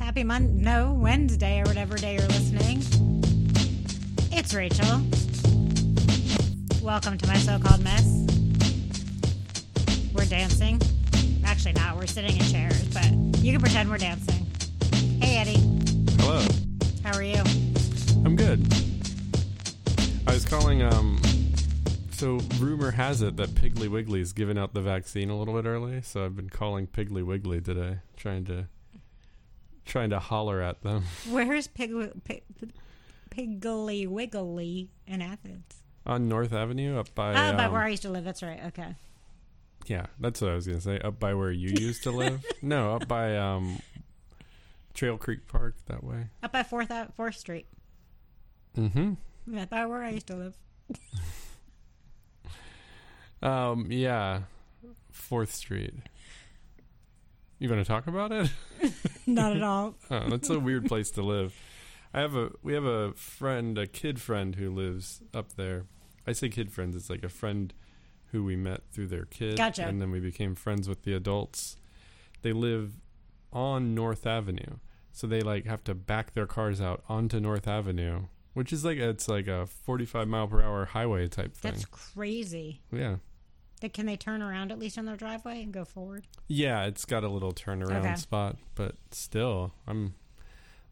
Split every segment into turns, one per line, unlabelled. Happy Monday, no, Wednesday or whatever day you're listening. It's Rachel. Welcome to my so called mess. We're dancing. Actually, not. We're sitting in chairs, but you can pretend we're dancing. Hey, Eddie.
Hello.
How are you?
I'm good. I was calling. Um, so rumor has it that Piggly Wiggly's given out the vaccine a little bit early. So I've been calling Piggly Wiggly today, trying to trying to holler at them.
Where's Pig- Pig- Piggly Wiggly in Athens?
On North Avenue, up by
oh, but
um,
where I used to live. That's right. Okay.
yeah, that's what I was gonna say. Up by where you used to live. no, up by um, Trail Creek Park that way.
Up by 4th, Ave- 4th Street.
Mm-hmm.
Yeah, by where I used to live.
Um, yeah, Fourth Street. You want to talk about it?
Not at all.
Oh, that's a weird place to live. I have a we have a friend, a kid friend who lives up there. I say kid friends, it's like a friend who we met through their kid
Gotcha.
and then we became friends with the adults. They live on North Avenue. So they like have to back their cars out onto North Avenue, which is like it's like a 45 mile per hour highway type thing.
That's crazy.
yeah.
That can they turn around at least on their driveway and go forward?
Yeah, it's got a little turnaround
Okay.
spot, but still, I'm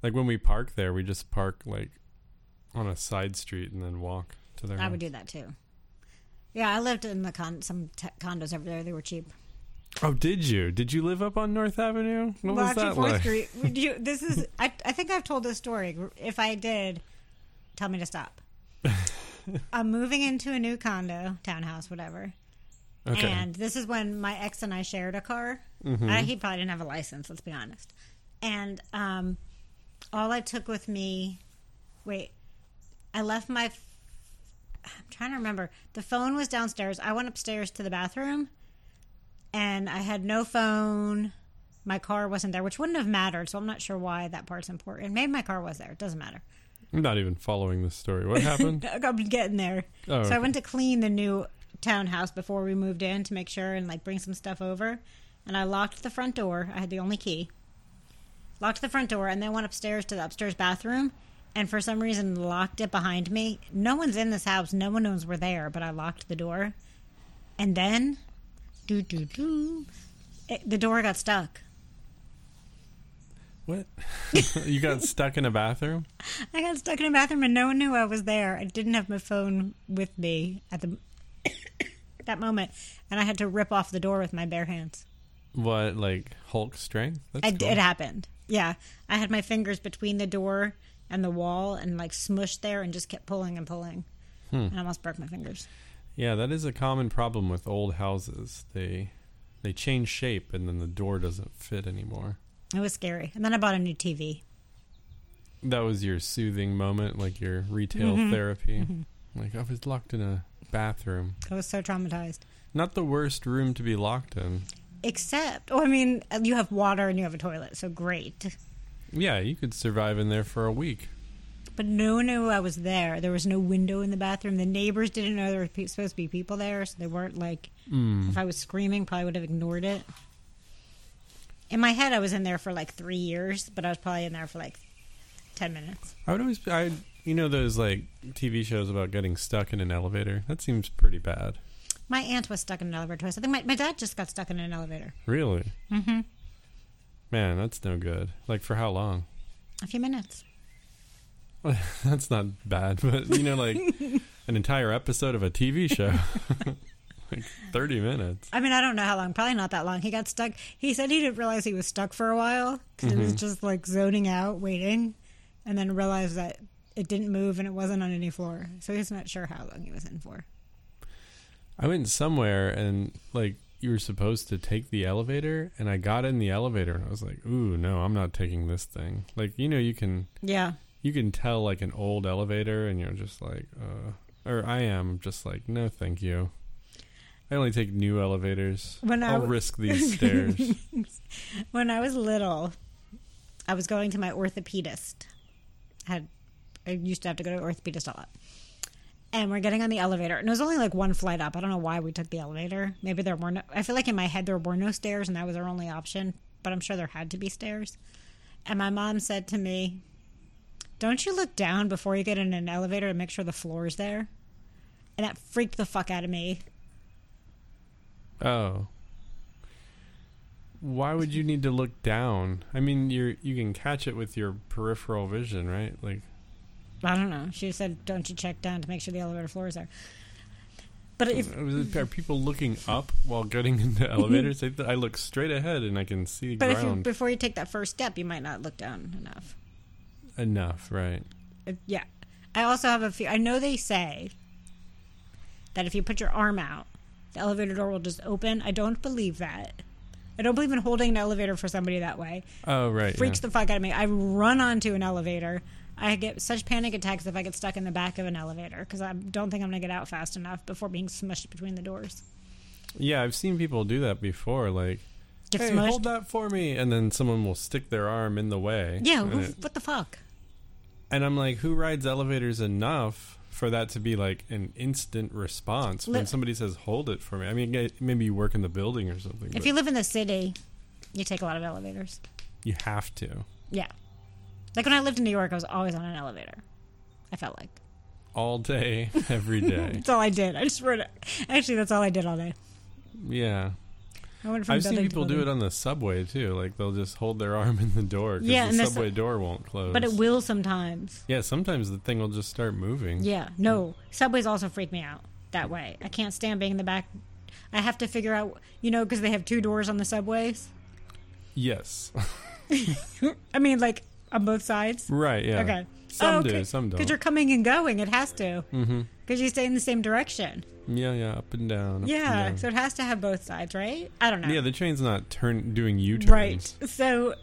like when we park there, we just park like on a side street and then walk to their.
I would do that too. Yeah, I lived in the con- some t- condos over there. They were cheap.
Oh, did you? Did you live up on North Avenue? What
well,
was
actually,
that
Fourth
like?
Street. would you- this is. I, I think I've told this story. If I did, tell me to stop. I'm moving into a new condo, townhouse, whatever.
Okay.
And this is when my ex and I shared a car. I, he probably didn't have a license, let's be honest. And um, all I took with me, wait, I left my, f- I'm trying to remember. The phone was downstairs. I went upstairs to the bathroom and I had no phone. My car wasn't there, which wouldn't have mattered. So I'm not sure why that part's important. Maybe my car was there. It doesn't matter.
I'm not even following this story. What happened?
I'm getting there.
Oh,
so I
okay.
went to clean the new townhouse before we moved in to make sure and like bring some stuff over. And I locked the front door. I had the only key. Locked the front door and then went upstairs to the upstairs bathroom. And for some reason, locked it behind me. No one's in this house. No one knows we're there, but I locked the door. And then, doo doo doo, it, the door got stuck.
what? you got stuck in a bathroom?
I got stuck in a bathroom and no one knew I was there. I didn't have my phone with me at the that moment, and I had to rip off the door with my bare hands.
What like Hulk strength? That's
I,
cool.
It happened. Yeah, I had my fingers between the door and the wall and like smushed there and just kept pulling and pulling,
Hmm.
and I almost broke my fingers.
Yeah, that is a common problem with old houses. They they change shape and then the door doesn't fit anymore.
It was scary. And then I bought a new TV.
that was your soothing moment, like your retail therapy. Like I was locked in a bathroom.
I was so traumatized.
Not the worst room to be locked in.
Except, oh, I mean, you have water and you have a toilet, so great.
Yeah, you could survive in there for a week.
But no one knew I was there. There was no window in the bathroom. The neighbors didn't know there were pe- supposed to be people there, so they weren't like. If I was screaming, probably would have ignored it. In my head, I was in there for like three years, but I was probably in there for like ten minutes.
I would always, I you know those like TV shows about getting stuck in an elevator. That seems pretty bad.
My aunt was stuck in an elevator twice. I think my, my dad just got stuck in an elevator
Really. Mm-hmm. Man, that's no good. Like for how long?
a few minutes.
that's not bad, but you know, like an entire episode of a TV show, like thirty minutes.
I mean, I don't know how long. Probably not that long. He got stuck. He said he didn't realize he was stuck for a while because he was just like zoning out, waiting, and then realized that it didn't move and it wasn't on any floor. So he's not sure how long he was in for.
I went somewhere and like you were supposed to take the elevator, and I got in the elevator and I was like, "Ooh, no, I'm not taking this thing." Like you know, you can
Yeah.
you can tell like an old elevator, and you're just like, uh, or I am just like, "No, thank you." I only take new elevators.
When I
I'll
w-
risk these stairs.
When I was little, I was going to my orthopedist. I had I used to have to go to orthopedist a lot. And we're getting on the elevator, and it was only like one flight up. I don't know why we took the elevator. Maybe there were no. I feel like in my head there were no stairs, and that was our only option. But I'm sure there had to be stairs. And my mom said to me, Don't you look down before you get in an elevator and make sure the floor is there? And that freaked the fuck out of me.
Oh. Why would you need to look down? I mean, you you can catch it with your peripheral vision, right? Like
I don't know. She said, Don't you check down to make sure the elevator floor is there? But if
Was it- Are people looking up while getting into elevators? I, th- I look straight ahead and I can see
But if you,
ground
before you take that first step, you might not look down enough.
enough, right?
If- yeah. I also have a fear. I know they say that if you put your arm out, the elevator door will just open. I don't believe that. I don't believe in holding an elevator for somebody that way.
Oh, right.
Freaks
yeah.
the fuck out of me. I run onto an elevator. I get such panic attacks if I get stuck in the back of an elevator because I don't think I'm going to get out fast enough before being smushed between the doors.
yeah, I've seen people do that before. Like,
Get
hey,
smushed.
hold that for me, and then someone will stick their arm in the way.
yeah,
and,
who,
it-
what the fuck?
and I'm like, who rides elevators enough for that to be like an instant response when
Li-
somebody says, "Hold it for me"? I mean, I- maybe you work in the building or something.
If
but
you live in the city, you take a lot of elevators.
you have to
Yeah. Like when I lived in New York, I was always on an elevator. I felt like
all day, every day.
that's all I did. I just wrote it. Actually, that's all I did all day.
yeah.
I went from
I've seen
building
people
to
do it
building.
on the subway too. Like they'll just hold their arm in the door because
Yeah,
the
and the
subway door won't close.
but it will sometimes.
Yeah, sometimes the thing will just start moving.
Yeah. No, subways also freak me out that way. I can't stand being in the back. I have to figure out, you know, because they have two doors on the subways.
Yes.
I mean, like on both sides.
right. Yeah.
Okay.
Some
Oh, okay.
do. Some
Because
don't.
you're coming and going, it has to. Because
Mm-hmm.
you stay in the same direction.
Yeah. Yeah. Up and down. Up
Yeah,
And
so
down.
it has to have both sides, right? I don't know.
yeah. The train's not turn doing U turns.
Right. So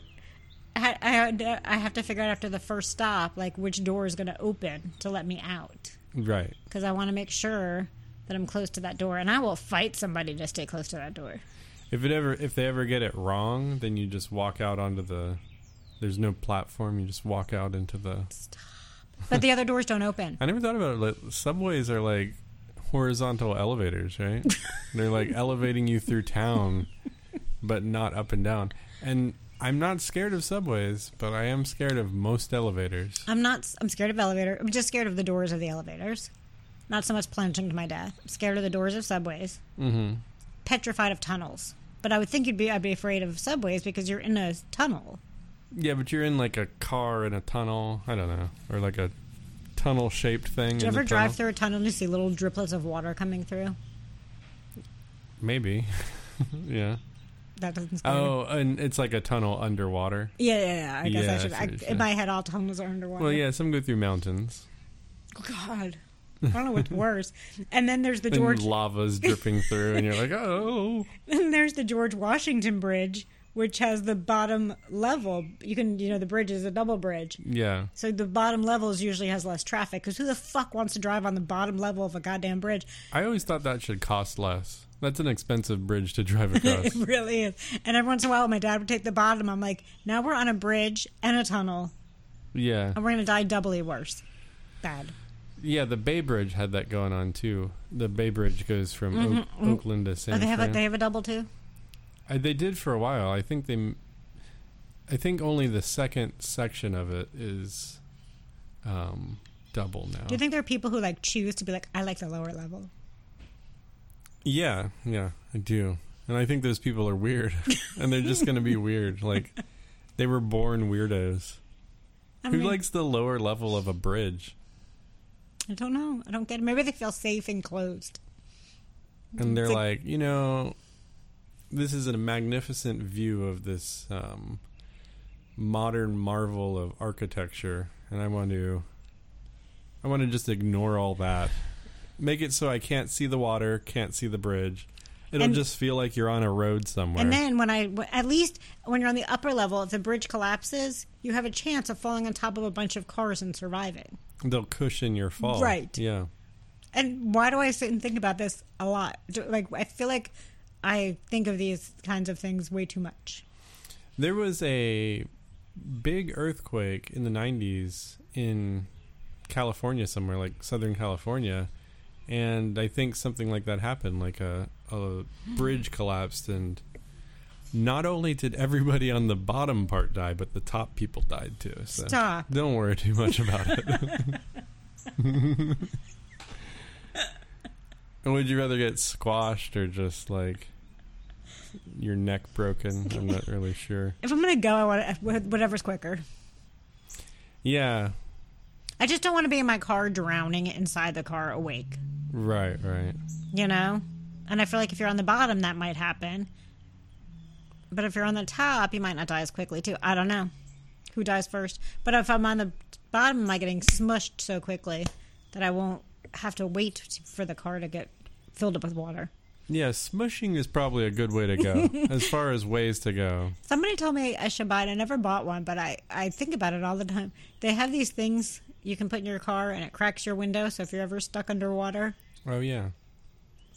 I, I, had to- I have to figure out after the first stop, like which door is going to open to let me out
Right.
because I want to make sure that I'm close to that door, and I will fight somebody to stay close to that door.
If it ever, if they ever get it wrong, then you just walk out onto the. There's no platform. You just walk out into the.
But the other doors don't open.
I never thought about it. Like, subways are like horizontal elevators, right? They're like elevating you through town, but not up and down. And I'm not scared of subways, but I am scared of most elevators.
I'm not. I'm scared of elevator. I'm just scared of the doors of the elevators. Not so much plunging to my death. I'm scared of the doors of subways. Mm-hmm. Petrified of tunnels. But I would think you'd be. I'd be afraid of subways because you're in a tunnel.
Yeah, but you're in like a car in a tunnel. I don't know, or like a tunnel-shaped thing.
Do you
in
ever
the
drive
tunnel.
through a tunnel and you see little driplets of water coming through?
Maybe. yeah.
That doesn't scare me.
Oh, and it's like a tunnel underwater.
Yeah, yeah, yeah. I guess
Yeah, I
I should.
see
I,
what you're saying.
in my head, all tunnels are underwater.
Well, yeah, some go through mountains.
Oh, God, I don't know what's worse. And then there's the George.
And lava's dripping through, and you're like, oh.
then there's the George Washington Bridge, which has the bottom level. You can, you know, the bridge is a double bridge,
Yeah.
so the bottom levels usually has less traffic. Because who the fuck wants to drive on the bottom level of a goddamn bridge?
I always thought that should cost less. That's an expensive bridge to drive across.
It really is. And every once in a while, my dad would take the bottom. I'm like, now we're on a bridge and a tunnel,
yeah.
and we're gonna die doubly worse. Bad. Oh,
Yeah, the Bay Bridge had that going on too. The Bay Bridge goes from Oak, Oakland to San
Mm-hmm, Oh, they have a,
Fran.
they have a double too.
I, they did for a while. I think they m- I think only the second section of it is um double now.
Do you think there are people who like choose to be like, I like the lower level?
Yeah, yeah, I do. And I think those people are weird. and they're just going to be weird. Like they were born weirdos.
I
Who
mean-
likes the lower level of a bridge?
I don't know. I don't get it. Maybe they feel safe and closed.
and they're
It's
like, you know, this is a magnificent view of this um, modern marvel of architecture, and I want to, I want to just ignore all that, make it so I can't see the water, can't see the bridge. It'll
And-
just feel like you're on a road somewhere.
And then when I, w- at least when you're on the upper level, if the bridge collapses, you have a chance of falling on top of a bunch of cars and surviving.
They'll cushion your fall.
Right.
Yeah.
And why do I sit and think about this a lot? Do- Like, I feel like I think of these kinds of things way too much.
There was a big earthquake in the 90s in California somewhere, like Southern California. And I think something like that happened, like a, a bridge collapsed. And Not only did everybody on the bottom part die, but the top people died too. So
Stop.
Don't worry too much about it. Would you rather get squashed or just like your neck broken? I'm not really sure.
If I'm gonna go, I want whatever's quicker.
Yeah,
I just don't want to be in my car drowning inside the car awake.
right, right.
You know, and I feel like if you're on the bottom, that might happen. But if you're on the top, you might not die as quickly too. I don't know who dies first. But if I'm on the bottom, am I getting smushed so quickly that I won't have to wait for the car to get filled up with water?
Yeah, smushing is probably a good way to go as far as ways to go.
Somebody told me I should buy it. I never bought one, but I, I think about it all the time. They have these things you can put in your car and it cracks your window. So if you're ever stuck underwater,
Oh yeah,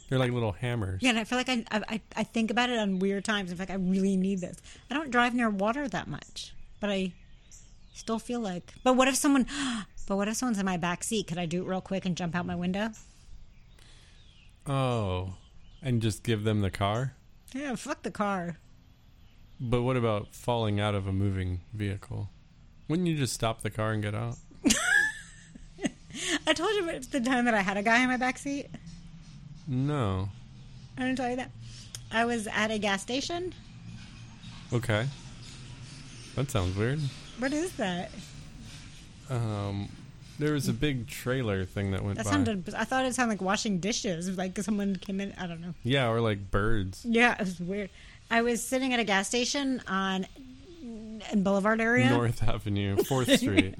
they're like little hammers.
yeah, and I feel like I, I, I- I think about it on weird times. In fact, I really need this. I don't drive near water that much, but I still feel like. But what if someone. But what if someone's in my back seat? Could I do it real quick and jump out my window?
Oh, and just give them the car.
Yeah, fuck the car.
But what about falling out of a moving vehicle? Wouldn't you just stop the car and get out?
I told you about the time that I had a guy in my back seat.
No.
I didn't tell you that. I was at a gas station.
Okay. That sounds weird.
What is that?
Um, there was a big trailer thing that went
That
by.
sounded. I thought it sounded like washing dishes. Like someone came in. I don't know.
yeah, or like birds.
Yeah, it was weird. I was sitting at a gas station on in Boulevard area,
North Avenue, Fourth Street.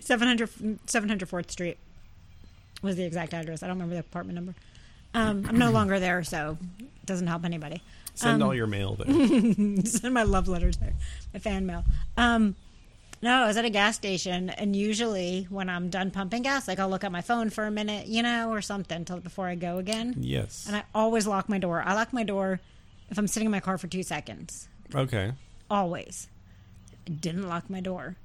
700, 704th Street was the exact address. I don't remember the apartment number. Um, I'm no longer there, so it doesn't help anybody.
Send
Um,
all your mail there.
send my love letters there, my fan mail. Um, no, I was at a gas station, and usually when I'm done pumping gas, like I'll look at my phone for a minute, you know, or something till before I go again.
yes.
And I always lock my door. I lock my door if I'm sitting in my car for two seconds.
Okay.
Always. I didn't lock my door.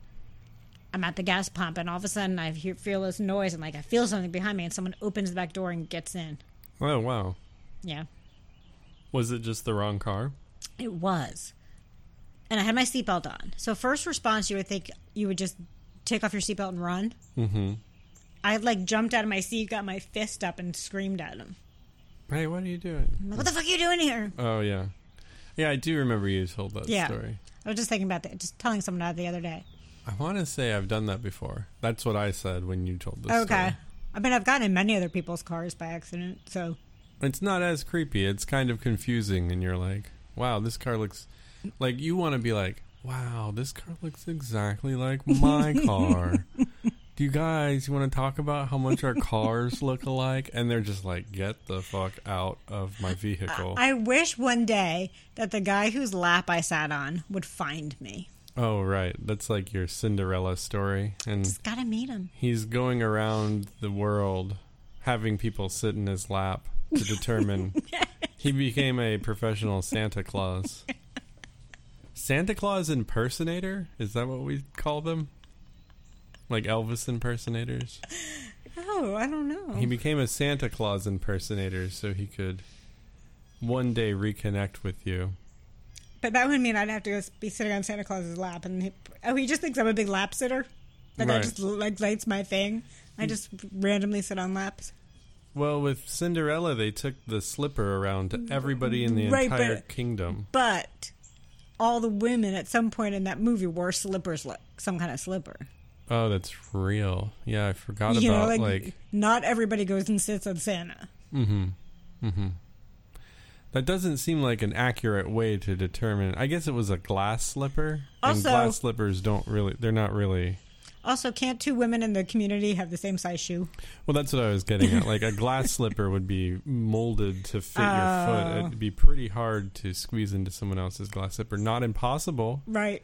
I'm at the gas pump, and all of a sudden I hear, feel this noise, and like I feel something behind me, and someone opens the back door and gets in.
Oh wow.
Yeah,
Was it just the wrong car?
it was. And I had my seatbelt on. So first response, you would think you would just take off your seatbelt and run. Mm-hmm. I like jumped out of my seat, got my fist up, and screamed at him.
Hey, what are you doing?
I'm like, what the fuck are you doing here?
Oh yeah. Yeah, I do remember you told that
Yeah.
story.
I was just thinking about that, just telling someone that the other day.
I want to say I've done that before. That's what I said when you told this
Okay.
story.
I mean, I've gotten in many other people's cars by accident, so
It's not as creepy. It's kind of confusing, and you're like, wow, this car looks. Like, you want to be like, wow, this car looks exactly like my car. Do you guys want to talk about how much our cars look alike? And they're just like, get the fuck out of my vehicle.
I wish one day that the guy whose lap I sat on would find me.
oh, right. That's like your Cinderella story. And
Just gotta meet him.
he's going around the world having people sit in his lap to determine he became a professional santa claus santa claus impersonator is that what we call them like elvis impersonators
Oh, I don't know.
he became a santa claus impersonator so he could one day reconnect with you
but that would mean I'd have to go s- be sitting on Santa Claus's lap, and he, oh, he just thinks I'm a big lap sitter. Like I
Right. Hmm.
just like that's my thing. I just randomly sit on laps.
well with cinderella they took the slipper around to everybody in the
Right,
entire
but-
kingdom
But all the women at some point in that movie wore slippers, like some kind of slipper.
oh that's real yeah i forgot
you
about
know, like,
like
not everybody goes and sits on Santa.
Mm-hmm. That doesn't seem like an accurate way to determine. I guess it was a glass slipper. and
Also-
glass slippers don't really, they're not really.
Also, can't two women in the community have the same size shoe?
Well, that's what I was getting at. Like a glass slipper would be molded to fit your
Oh.
foot. It'd be pretty hard to squeeze into someone else's glass slipper. Not impossible.
Right.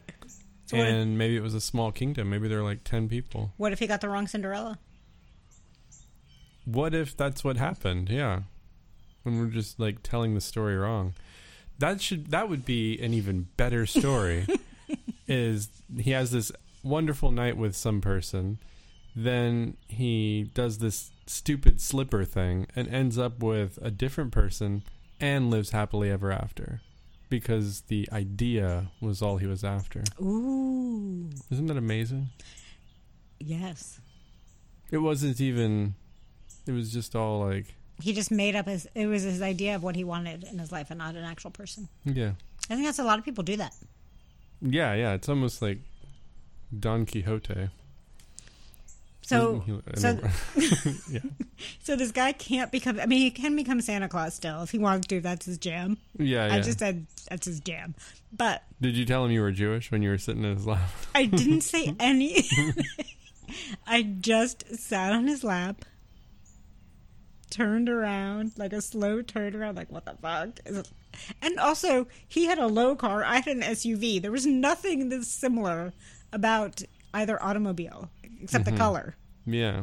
So what, if,
And maybe it was a small kingdom. Maybe there were like 10 people.
what if he got the wrong Cinderella?
What if that's what happened? Yeah. And we're just like telling the story wrong. That should that would be an even better story. is he has this wonderful night with some person, then he does this stupid slipper thing and ends up with a different person and lives happily ever after. because the idea was all he was after.
Ooh.
Isn't that amazing?
Yes.
It wasn't even. It was just all like,
He just made up his. It was his idea of what he wanted in his life, and not an actual person.
yeah,
I think that's a lot of people do that.
yeah, yeah. It's almost like Don Quixote. Isn't
So,
he- I
so-
never- yeah,
so this guy can't become. I mean, he can become Santa Claus still if he wants to. That's his jam.
yeah, yeah.
I just said that's his jam, but
Did you tell him you were Jewish when you were sitting in his lap?
I didn't say any. I just sat on his lap, turned around like a slow turn around, like what the fuck? Is it- And also, he had a low car. I had an SUV. There was nothing this similar about either automobile except the color.
Yeah.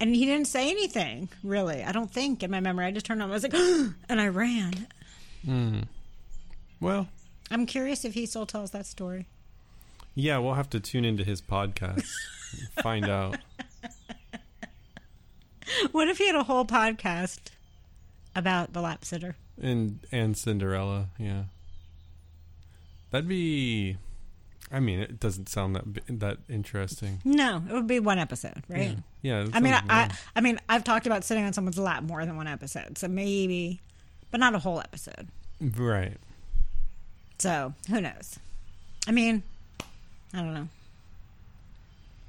And he didn't say anything, really. I don't think in my memory. I just turned on. I was like, and I ran.
Well,
I'm curious if he still tells that story.
yeah, we'll have to tune into his podcast, and find out.
What if he had a whole podcast about the lap sitter?
and and Cinderella, yeah. That'd be, I mean, it doesn't sound that bi- that interesting,
No, it would be one episode, right?
Yeah, that
I mean, I,
sounds
I, I mean, I've talked about sitting on someone's lap more than one episode, so maybe, but not a whole episode.
wrong. right.
So who knows? I mean, I don't know.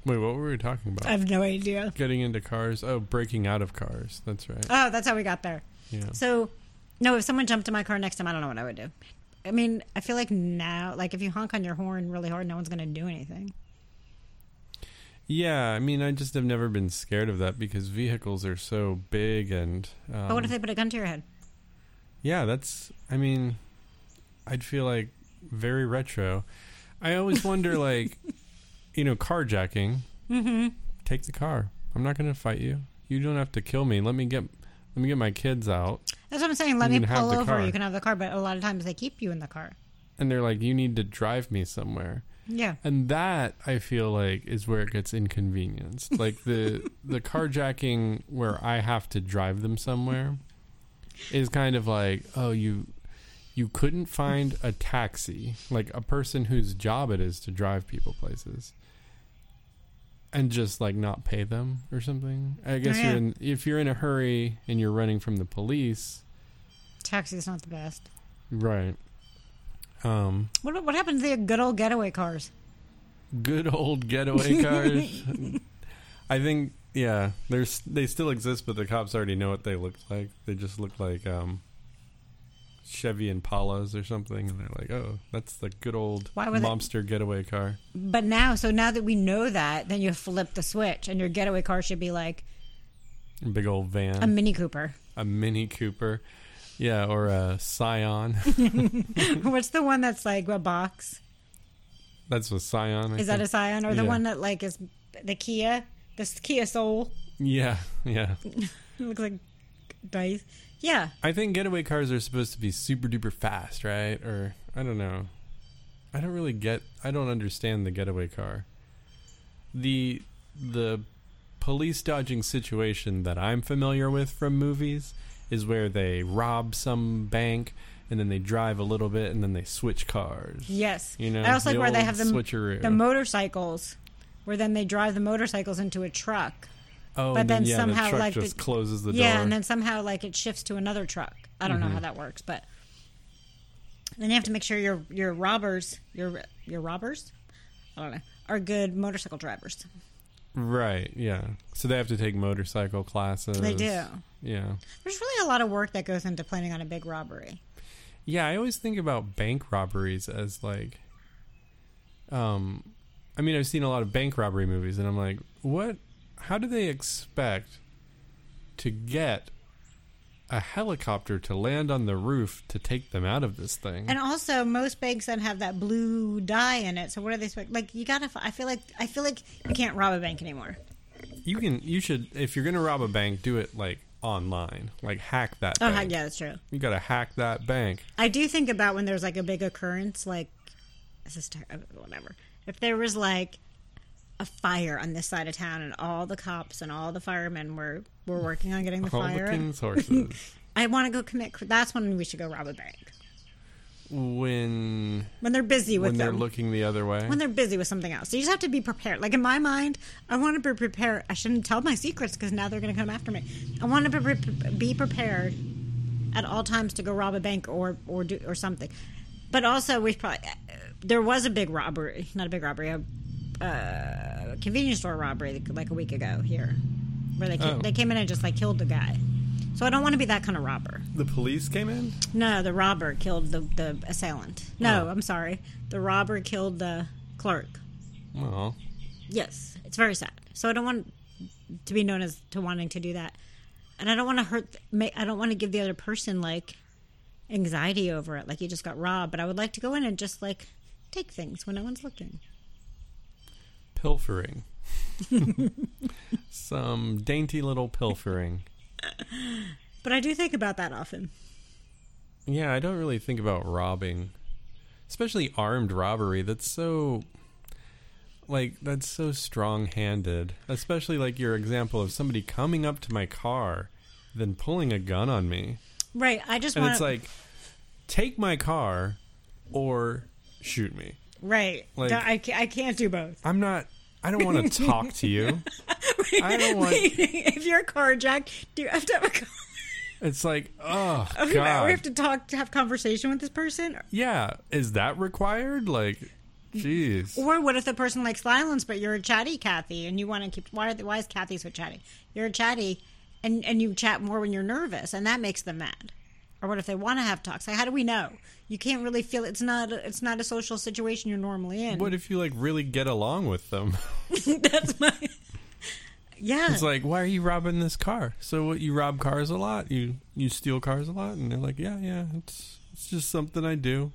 Wait, what were we talking about?
I have no idea.
Getting into cars. Oh, breaking out of cars. That's right.
Oh, that's how we got there.
Yeah.
So, no, if someone jumped in my car next time, I don't know what I would do. I mean, I feel like now, like if you honk on your horn really hard, no one's going to do anything.
Yeah, I mean, I just have never been scared of that because vehicles are so big and. Um,
But what if they put a gun to your head?
Yeah, that's. I mean, I'd feel like very retro. I always wonder, like, you know, carjacking.
Mm-hmm.
Take the car. I'm not going to fight you. You don't have to kill me. Let me get. Let me get my kids out.
That's what I'm saying. Let
You
me
can have
pull
the
over.
car.
You can have the car, but a lot of times they keep you in the car.
And they're like, you need to drive me somewhere.
Yeah.
And that I feel like is where it gets inconvenienced. Like the the carjacking where I have to drive them somewhere is kind of like, oh, you you couldn't find a taxi, like a person whose job it is to drive people places. And just like not pay them or something. I guess
yeah.
you're in, if you're in a hurry and you're running from the police,
Taxi's not the best.
right? Um,
What what happened to the good old getaway cars?
good old getaway cars. I think yeah, there's they still exist, but the cops already know what they look like. They just look like um, Chevy Impalas or something, and they're like, oh, that's the good old
Why were they-
mobster getaway car.
But now, so now that we know that, then you flip the switch, and your getaway car should be like
Big old van,
a Mini Cooper.
a Mini Cooper, yeah, or a Scion.
What's the one that's like a box?
that's a Scion. I
Is that a
think.
Scion or the
Yeah.
one that like is the Kia? This Kia Soul
yeah, yeah.
it looks like dice. Yeah,
I think getaway cars are supposed to be super duper fast, right? Or I don't know. I don't really get. I don't understand the getaway car. The the police dodging situation that I'm familiar with from movies is where they rob some bank and then they drive a little bit and then they switch cars.
yes.
You know,
I also like where they
old
have the
switcheroo.
the motorcycles, where then they drive the motorcycles into a truck.
oh,
but
and
then
yeah,
somehow,
the truck
like, the-
just closes the
yeah,
door.
and then somehow like it shifts to another truck. I don't know how that works, but then you have to make sure your your robbers your your robbers, I don't know, are good motorcycle drivers.
right, yeah. So they have to take motorcycle classes.
They do.
Yeah.
There's really a lot of work that goes into planning on a big robbery.
Yeah, I always think about bank robberies as like um I mean, I've seen a lot of bank robbery movies and I'm like, "What how do they expect to get a helicopter to land on the roof to take them out of this thing?"
And also, most banks don't have that blue dye in it. So what are they supposed like? You gotta. I feel like I feel like you can't rob a bank anymore.
you can you should if you're going to rob a bank, do it like online. Like hack that
Oh
bank.
yeah, that's true.
You got to hack that bank.
I do think about when there's like a big occurrence, like this is ter- uh, whatever. If there was like a fire on this side of town, and all the cops and all the firemen were were working on getting the
All
fire,
the king's horses.
I want to go commit. cr- That's when we should go rob a bank.
when
when they're busy with
when they're
them.
looking the other way.
when they're busy with something else. So you just have to be prepared. Like in my mind, I want to be prepared. I shouldn't tell my secrets because now they're going to come after me. I want to be, pre- be prepared at all times to go rob a bank or or do or something. But also, we probably there was a big robbery, not a big robbery, a uh, convenience store robbery like a week ago here, where they ca-
Oh.
they came in and just like killed the guy. So I don't want to be that kind of robber.
the police came in.
No, the robber killed the, the assailant. No,
Oh.
I'm sorry. The robber killed the clerk.
Well,
Yes, it's very sad. So I don't want to be known as to wanting to do that, and I don't want to hurt. ma- I don't want to give the other person like anxiety over it, like you just got robbed. But I would like to go in and just like take things when no one's looking.
pilfering. Some dainty little pilfering.
But I do think about that often.
Yeah, I don't really think about robbing, especially armed robbery. That's so, like, that's so strong handed. Especially, like, your example of somebody coming up to my car, then pulling a gun on me.
Right. I just
And
want
it's like, take my car or shoot me.
right.
like-
I, ca- I can't do both.
I'm not, I don't want to talk to you. I don't want,
if you're a carjacked, do you have to have a car?
it's like, oh,
We have
God.
to talk to have conversation with this person,
Yeah, is that required? Like, jeez.
Or what if the person likes silence, but you're a chatty Kathy, and you want to keep? Why, are they, why is Kathy so chatty? You're a chatty, and and you chat more when you're nervous, and that makes them mad. Or what if they want to have talks? Like, how do we know? You can't really feel. It's not. a- It's not a social situation you're normally in.
What if you, like, really get along with them?
That's my. Yeah.
It's like, why are you robbing this car? So what? You rob cars a lot. You you steal cars a lot, and they're like, yeah, yeah, it's it's just something I do.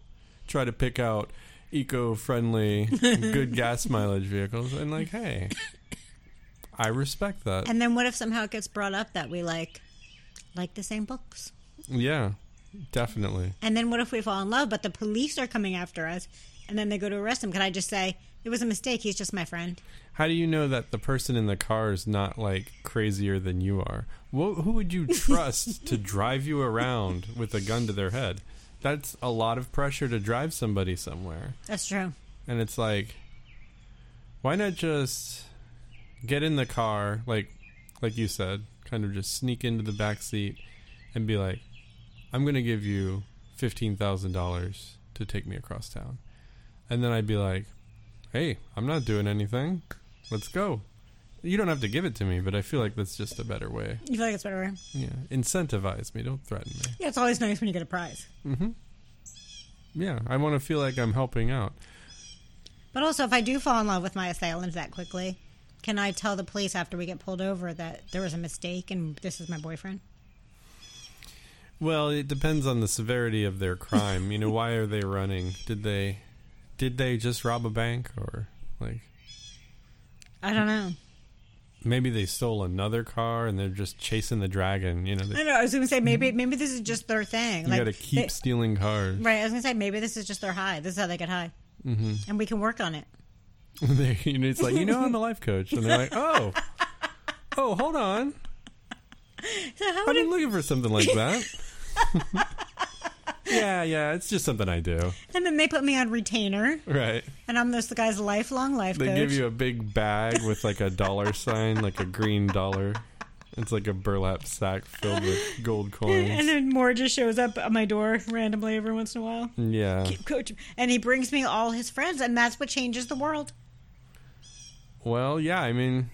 Try to pick out eco-friendly, good gas mileage vehicles, and like, hey, I respect that.
and then what if somehow it gets brought up that we like, like the same books?
Yeah, definitely.
And then what if we fall in love, but the police are coming after us, and then they go to arrest him? Can I just say it was a mistake? He's just my friend.
How do you know that the person in the car is not like crazier than you are? Wh- who would you trust to drive you around with a gun to their head? That's a lot of pressure to drive somebody somewhere.
That's true.
and it's like why not just get in the car like like you said kind of just sneak into the back seat and be like i'm going to give you $15000 to take me across town and then i'd be like hey i'm not doing anything let's go you don't have to give it to me but i feel like that's just a better way
You feel like it's better.
yeah incentivize me don't threaten me
Yeah, it's always nice when you get a prize.
yeah i want to feel like i'm helping out
But also, if I do fall in love with my assailant that quickly, can I tell the police after we get pulled over that there was a mistake and this is my boyfriend?
Well, it depends on the severity of their crime. you know, why are they running? Did they did they just rob a bank or like
I don't know.
maybe they stole another car and they're just chasing the dragon, you know. They,
I know. I was going to say maybe maybe this is just their thing.
Mm-hmm. you got to keep
they-
stealing cars.
right. I was going to say maybe this is just their high. This is how they get high, mm-hmm. and we can work on it.
They- you know, it's like, you know, I'm a life coach and they're like, "Oh. Oh, hold on.
So how
I've
would it,
been looking for something like that." yeah, yeah, it's just something I do.
and then they put me on retainer,
Right.
and I'm this guy's lifelong life
They
coach.
give you a big bag with like a dollar sign, like a green dollar. It's like a burlap sack filled with gold
and
coins.
then Moore just shows up at my door randomly every once in a while.
Yeah.
Coach, and he brings me all his friends, and that's what changes the world.
Well, yeah, I mean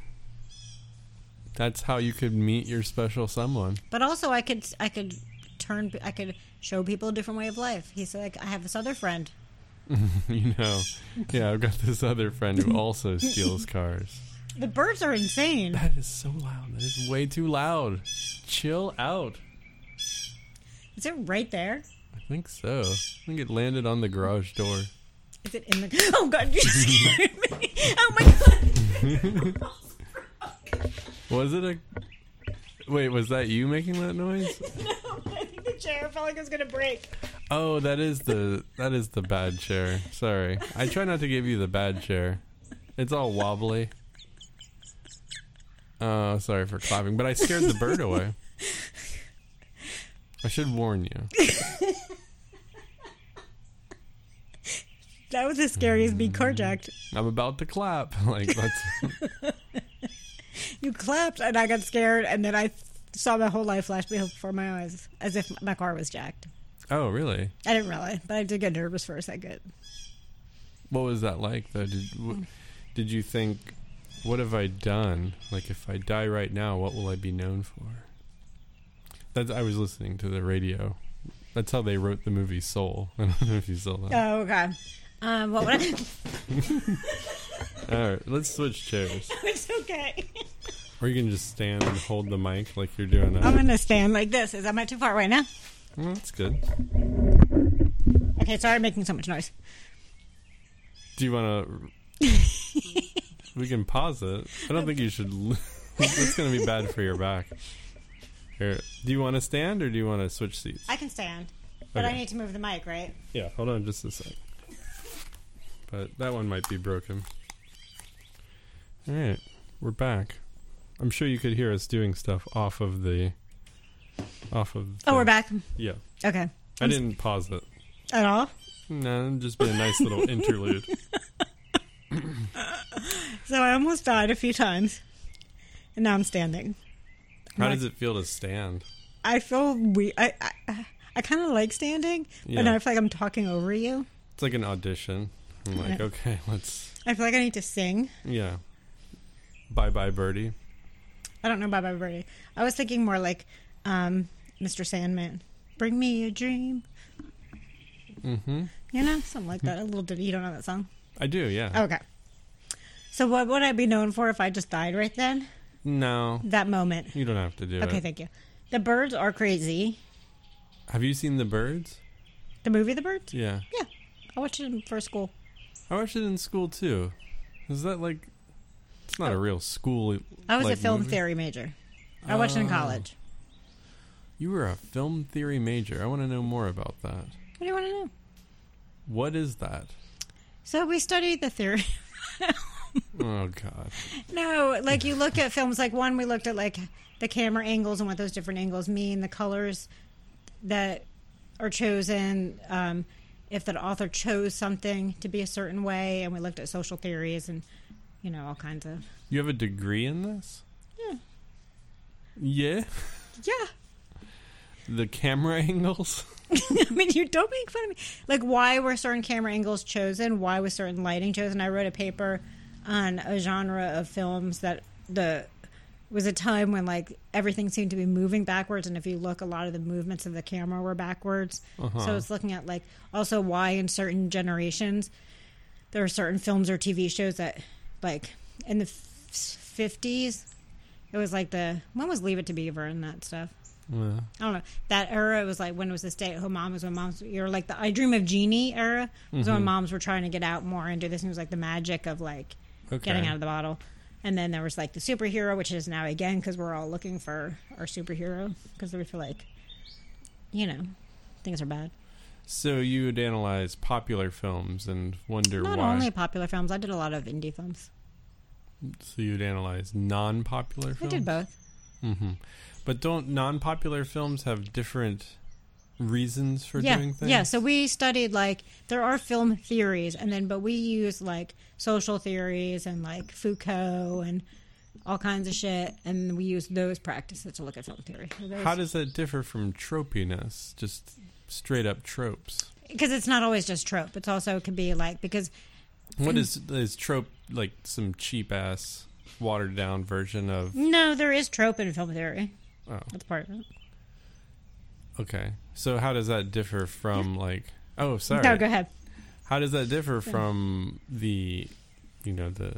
that's how you could meet your special someone.
But also, I could I could turn I could show people a different way of life. He's like, I have this other friend.
You know. Yeah, I've got this other friend who also steals cars.
The birds are insane.
That is so loud. That is way too loud. Chill out.
Is it right there?
I think so. I think it landed on the garage door.
Is it in the? Oh God, you scared me! Oh my God!
Was it a Wait, was that you making that noise?
No, I think the chair felt like it was gonna break.
Oh, that is the that is the bad chair. Sorry, I try not to give you the bad chair. It's all wobbly. Oh, sorry for clapping, but I scared the bird away. I should warn you.
That was as scary as being carjacked.
I'm about to clap. Like that's
You clapped, and I got scared, and then I saw my whole life flash before my eyes, as if my car was jacked.
Oh, really?
I didn't realize, but I did get nervous for a second.
What was that like though? Did
Hmm.
w- did you think what have I done? Like if I die right now, what will I be known for? That's I was listening to the radio. That's how they wrote the movie Soul. I don't know if you saw that.
Oh, okay. Um, what would I?
All right, let's switch chairs.
it's okay.
Or you can just stand and hold the mic like you're doing
I'm
that.
gonna stand like this. Is am I too far right now?
Mm, that's good.
Okay, sorry, I'm making so much noise.
Do you want to? we can pause it. I don't think you should. l- It's going to be bad for your back. Here, do you want to stand or do you want to switch seats?
I can stand, but I
Okay.
need to move the mic, right?
Yeah, hold on just a sec. But that one might be broken. All right, we're back. I'm sure you could hear us doing stuff off of the, off of.
Oh,
the-
we're back.
Yeah,
Okay.
I didn't pause it.
At all?
No, it'd just be a nice little interlude.
So I almost died a few times, and now I'm standing.
How does it feel to stand?
I feel we. I I, I kind of like standing, but
Yeah.
I feel like I'm talking over you.
It's like an audition. I'm like,
Yeah.
okay, let's.
I feel like I need to sing.
Yeah. Bye bye, birdie.
I don't know about Bye Birdie. I was thinking more like um, Mr. Sandman. Bring me a dream.
Mm-hmm.
You know, something like that. A little ditty. You don't know that song?
I do, yeah.
Okay. So what would I be known for if I just died right then?
No,
That moment.
you don't have to do
Okay,
it.
thank you. The Birds are crazy.
have you seen The Birds?
The movie The Birds?
Yeah.
Yeah. I watched it in first school.
I watched it in school too. Is that like? It's not a real school.
I was
like,
a film
movie.
theory major. I watched it in
Oh.
college.
You were a film theory major. I want to know more about that.
What do you want to know?
What is that?
So we studied the theory.
Oh God.
No, like you look at films like one we looked at like the camera angles and what those different angles mean, the colors that are chosen, um, if the author chose something to be a certain way, and we looked at social theories and you know all kinds of
You have a degree in this?
Yeah.
Yeah.
yeah.
The camera angles.
I mean, you don't make fun of me. Like why were certain camera angles chosen? Why was certain lighting chosen? I wrote a paper on a genre of films that the was a time when like everything seemed to be moving backwards and if you look a lot of the movements of the camera were backwards
Uh-huh.
so it's looking at like also why in certain generations there are certain films or tv shows that like in the f- 50s it was like the when was leave it to beaver and that stuff
Yeah.
I don't know. That era was like when it was the stay at home mom was when moms you're like the I dream of Jeannie era was
Mm-hmm.
when moms were trying to get out more and do this and it was like the magic of like
Okay.
getting out of the bottle. And then there was like the superhero, which is now again because we're all looking for our superhero because we feel like, you know, things are bad.
So you would analyze popular films and wonder
Not
why.
only popular films, I did a lot of indie films.
So you'd analyze non-popular
I
films.
did both.
hmm But don't non-popular films have different reasons for
yeah,
doing things?
yeah. So we studied like there are film theories, and then but we use like social theories and like Foucault and all kinds of shit, and we use those practices to look at film theory.
How does that differ from tropiness? Just straight up tropes.
Because it's not always just trope; it's also it could be like because Mm.
What is is trope like some cheap ass watered down version of
no, there is trope in film theory.
Oh,
That's part of it.
okay. So how does that differ from like Oh, sorry.
No, go ahead.
How does that differ from the you know the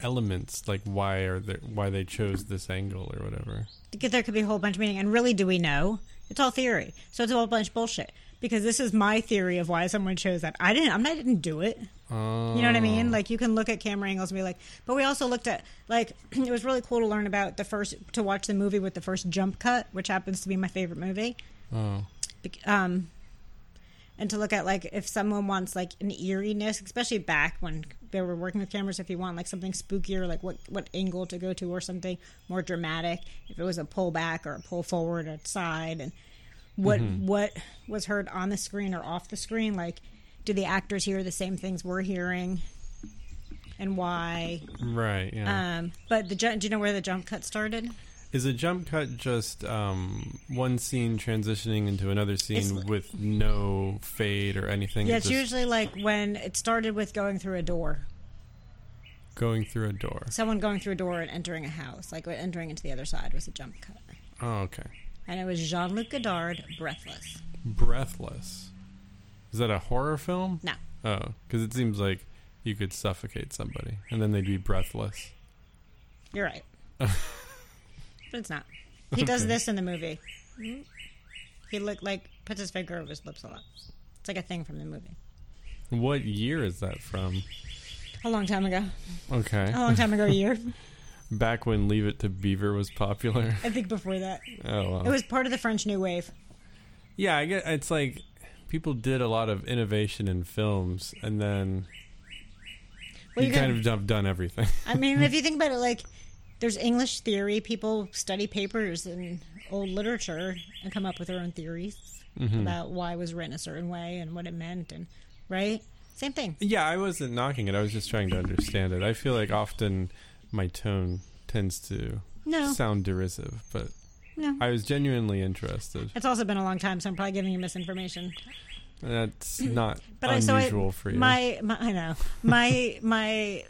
elements like why are they why they chose this angle or whatever?
Because there could be a whole bunch of meaning, and really, do we know? It's all theory, so it's a whole bunch of bullshit. Because this is my theory of why someone chose that. I didn't. I'm not. I didn't do it.
Oh.
You know what I mean? Like you can look at camera angles and be like, but we also looked at like it was really cool to learn about the first to watch the movie with the first jump cut, which happens to be my favorite movie.
Oh.
Bec- Um, and to look at like if someone wants like an eeriness, especially back when they were working with cameras, if you want like something spookier, like what what angle to go to or something more dramatic, if it was a pull back or a pull forward or side, and what what was heard on the screen or off the screen, like do the actors hear the same things we're hearing and why?
oh, Right. Yeah.
Um, but the ju- do you know where the jump cut started?
Is a jump cut just um, one scene transitioning into another scene
It's-
with no fade or anything?
Yeah, it's
just
usually like when it started with going through a door,
going through a door.
someone going through a door and entering a house, like entering into the other side was a jump cut.
Oh, okay.
And it was Jean Luc Godard, Breathless.
Breathless. Is that a horror film?
No,
Oh, because it seems like you could suffocate somebody and then they'd be breathless.
you're right. but it's not. He does
Okay.
this in the movie. He looked like puts his finger over his lips a lot. It's like a thing from the movie.
What year is that from?
A long time ago.
Okay.
A long time ago, a year.
Back when Leave It to Beaver was popular.
I think before that.
Oh, wow.
It was part of the French New Wave.
Yeah, I get it's like people did a lot of innovation in films, and then
Well,
you
you can-
kind of have done everything.
I mean, if you think about it, like there's English theory. People study papers in old literature and come up with their own theories
Mm-hmm. Hmm.
about why was written a certain way and what it meant, and right. Same thing.
yeah, I wasn't knocking it. I was just trying to understand it. I feel like often my tone tends to
No,
sound derisive, but
no.
I was genuinely interested.
It's also been a long time, so I'm probably giving you misinformation.
That's not
Mm. But I- so I-
unusual for you.
My, my, I know my my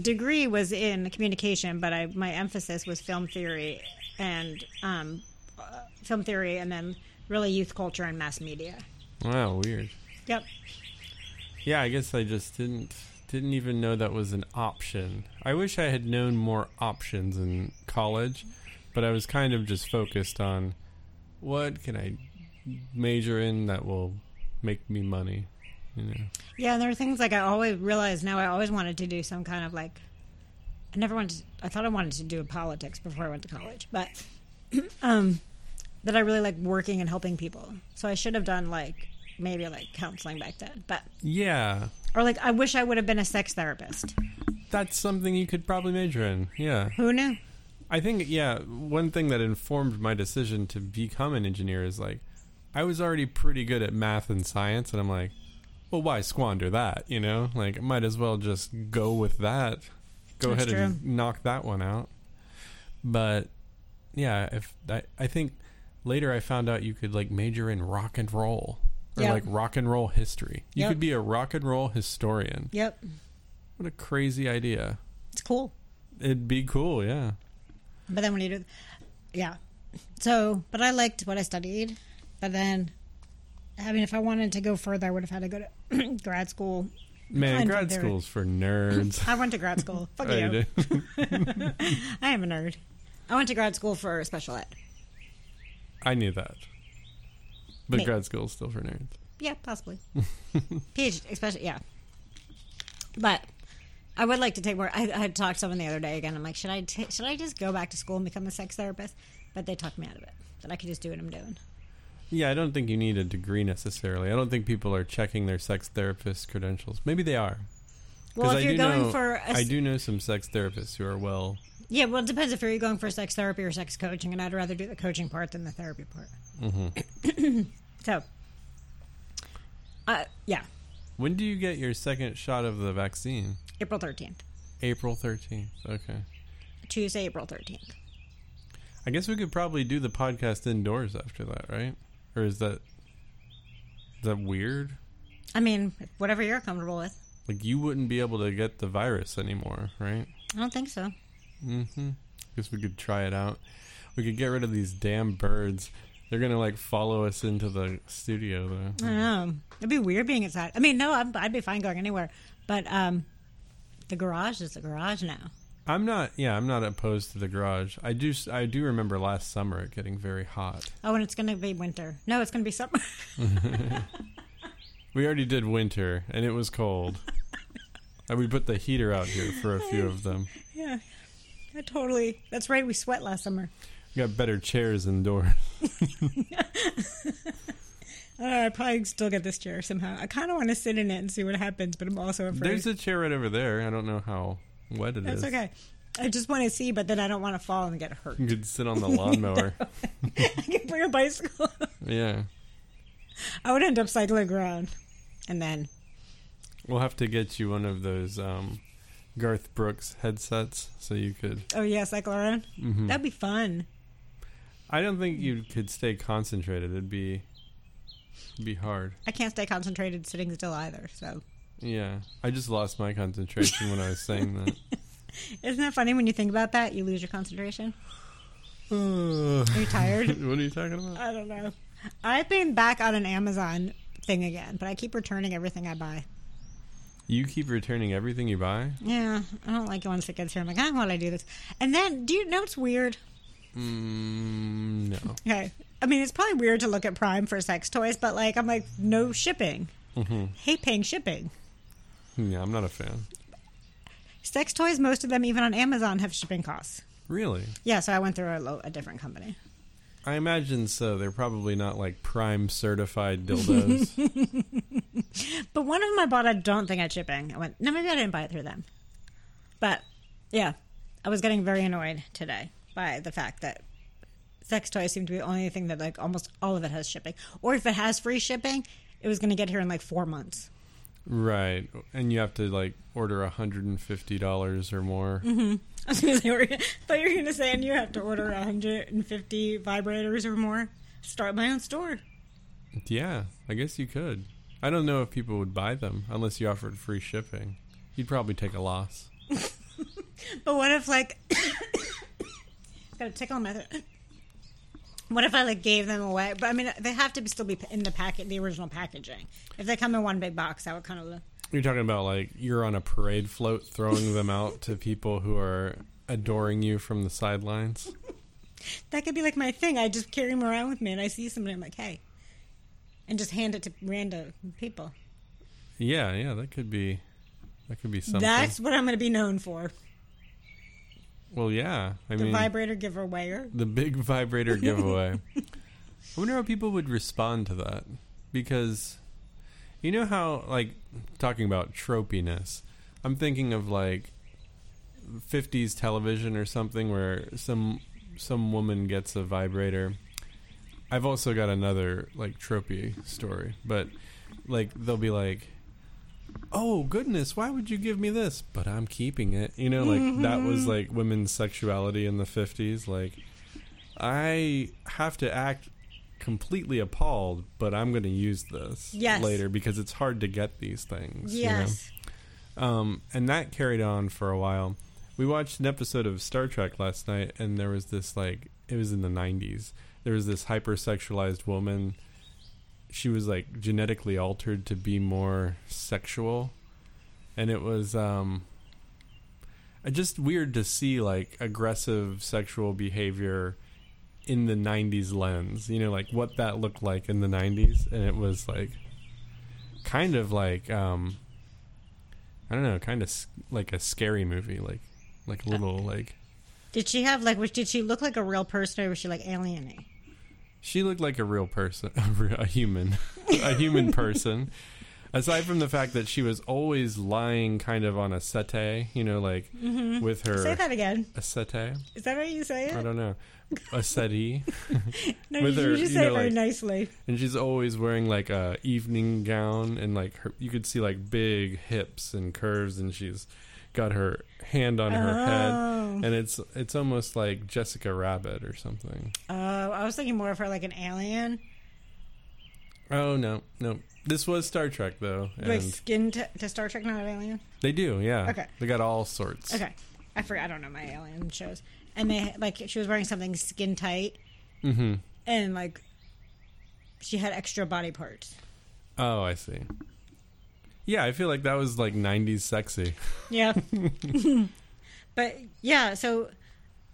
degree was in communication, but I my emphasis was film theory and um, uh, film theory, and then really youth culture and mass media.
wow, weird.
Yep.
Yeah, I guess I just didn't didn't even know that was an option. I wish I had known more options in college, but I was kind of just focused on what can I major in that will make me money, you know.
Yeah, and there are things like I always realize now. I always wanted to do some kind of like. I never wanted. To, I thought I wanted to do politics before I went to college, but um, that I really like working and helping people. So I should have done like maybe like counseling back then, but
Yeah,
or like I wish I would have been a sex therapist.
that's something you could probably major in. Yeah.
Who knew?
I think yeah, one thing that informed my decision to become an engineer is like I was already pretty good at math and science and I'm like, well why squander that, you know? Like might as well just go with that. Go
That's
ahead and knock that one out. But yeah, if I, I think later I found out you could like major in rock and roll or
Yeah.
like rock and roll history. You
Yep.
could be a rock and roll historian.
Yep,
What a crazy idea.
it's cool.
It'd be cool, yeah.
But then when you do, yeah. So, but I liked what I studied. But then, I mean, if I wanted to go further, I would have had to go to grad school.
Man,
Kind of
grad
very-
school's for nerds.
I went to grad school. Fuck
Oh, you
you.
did?
I am a nerd. I went to grad school for special ed.
I knew that. But
Me.
grad school's still for nerds.
Yeah, possibly. PhD, especially, yeah. But I would like to take more. I, I had talked to someone the other day again. I'm like, should I ta should I just go back to school and become a sex therapist? But they talked me out of it. That I could just do what I'm doing.
Yeah, I don't think you need a degree necessarily. I don't think people are checking their sex therapist credentials. Maybe they are. 'Cause
Well,
I
if you're
do
going
know-
for a s-
I do know some sex therapists who are well.
yeah, well, it depends if you're going for sex therapy or sex coaching, and I'd rather do the coaching part than the therapy part.
Mm-hmm.
so, uh, yeah,
When do you get your second shot of the vaccine?
April thirteenth,
April 13th. Okay.
Tuesday, April thirteenth.
I guess we could probably do the podcast indoors after that, right? Or is that is that weird?
I mean, whatever you're comfortable with.
Like you wouldn't be able to get the virus anymore, right?
I don't think so.
Mm-hmm. Guess we could try it out. We could get rid of these damn birds. They're gonna like follow us into the studio though.
I don't know. It'd be weird being inside. I mean, no, I'm, I'd be fine going anywhere. But um, the garage is the garage now.
I'm not. Yeah, I'm not opposed to the garage. I do. s- I do remember last summer it getting very hot.
Oh, and it's going to be winter. No, it's going to be summer.
We already did winter and it was cold. and we put the heater out here for a few of them.
yeah, I totally. That's right. We sweat last summer.
We got better chairs indoors.
Uh, I probably still get this chair somehow. I kind of want to sit in it and see what happens, but I'm also afraid.
There's a chair right over there. I don't know how wet it is.
That's okay. I just want to see, but then I don't want to fall and get hurt.
You could sit on the lawnmower.
I can bring a bicycle.
yeah.
I would end up cycling around. and then
We'll have to get you one of those um, Garth Brooks headsets so you could.
oh yeah, cycle around.
Mhm.
That'd be fun.
I don't think you could stay concentrated. It'd be it'd be hard.
I can't stay concentrated sitting still either. So
Yeah, I just lost my concentration when I was saying that.
isn't that funny when you think about that? You lose your concentration. Are you tired?
what are you talking about?
I don't know. I've been back on an Amazon thing again, but I keep returning everything I buy.
You keep returning everything you buy.
Yeah, I don't like it once it gets here. I'm like, I don't want to do this. And then, do you know it's weird?
Mm, no.
Okay. I mean, it's probably weird to look at Prime for sex toys, but like, I'm like, no shipping. Hate paying shipping.
Yeah, I'm not a fan.
Sex toys, most of them, even on Amazon, have shipping costs.
Really?
Yeah, so I went through a, lo- a different company.
I imagine so. They're probably not like prime certified dildos.
But one of them I bought, I don't think had shipping. I went, no, maybe I didn't buy it through them. But yeah, I was getting very annoyed today by the fact that sex toys seem to be the only thing that like almost all of it has shipping. Or if it has free shipping, it was going to get here in like four months.
right. And you have to like order $150 or more.
I was going to say, I thought you were going to say, and you have to order 150 vibrators or more. Start my own store.
Yeah, I guess you could. I don't know if people would buy them unless you offered free shipping. You'd probably take a loss.
But what if like got a tickle method? What if I like gave them away? But I mean, they have to be- still be in the packet, the original packaging. If they come in one big box, that would kind of
You're talking about like you're on a parade float throwing them out to people who are adoring you from the sidelines.
that could be like my thing. I just carry them around with me, and I see somebody, I'm like, hey, and just hand it to random people.
Yeah, yeah, that could be that could be something.
That's what I'm going to be known for:
well, yeah. I
the
mean,
vibrator giveawayer.
the big vibrator giveaway. I wonder how people would respond to that because you know how like talking about tropiness. I'm thinking of like 50s television or something where some some woman gets a vibrator. I've also got another like tropey story, but like they'll be like Oh goodness! Why would you give me this? But I'm keeping it. You know, like that was like women's sexuality in the '50s. Like, I have to act completely appalled, but I'm going to use this
Yes.
later because it's hard to get these things. you know?
Yes,
Um, and that carried on for a while. We watched an episode of Star Trek last night, and there was this like it was in the '90s. There was this hypersexualized woman. She was like genetically altered to be more sexual, and it was um, uh, just weird to see like aggressive sexual behavior in the '90s lens. You know, like what that looked like in the '90s, and it was like kind of like um, I don't know, kind of like a scary movie, like like little like
did she have like? Was, did she look like a real person, or was she like aliening?
she looked like a real person, a, re- a human, a human person. Aside from the fact that she was always lying, kind of on a settee, you know, like with her
Mm-hmm. Say that again.
a settee.
Is that how you say
I
it?
don't know, a settee,
No, you,
with her,
you just
you
say
know,
it very
like-
nicely.
and she's always wearing like a evening gown, and like her, you could see like big hips and curves, and she's got her hand on her head.
Oh.
And it's it's almost like Jessica Rabbit or something.
Oh, I was thinking more of her like an alien,
Oh no, no. This was Star Trek though, and
like skin to, to Star Trek, not alien.
they do, yeah.
Okay.
They got all sorts.
Okay, I forgot. I don't know my alien shows. And they like she was wearing something skin tight,
hmm
and like she had extra body parts.
Oh, I see. Yeah, I feel like that was like '90s sexy.
Yeah, but yeah. So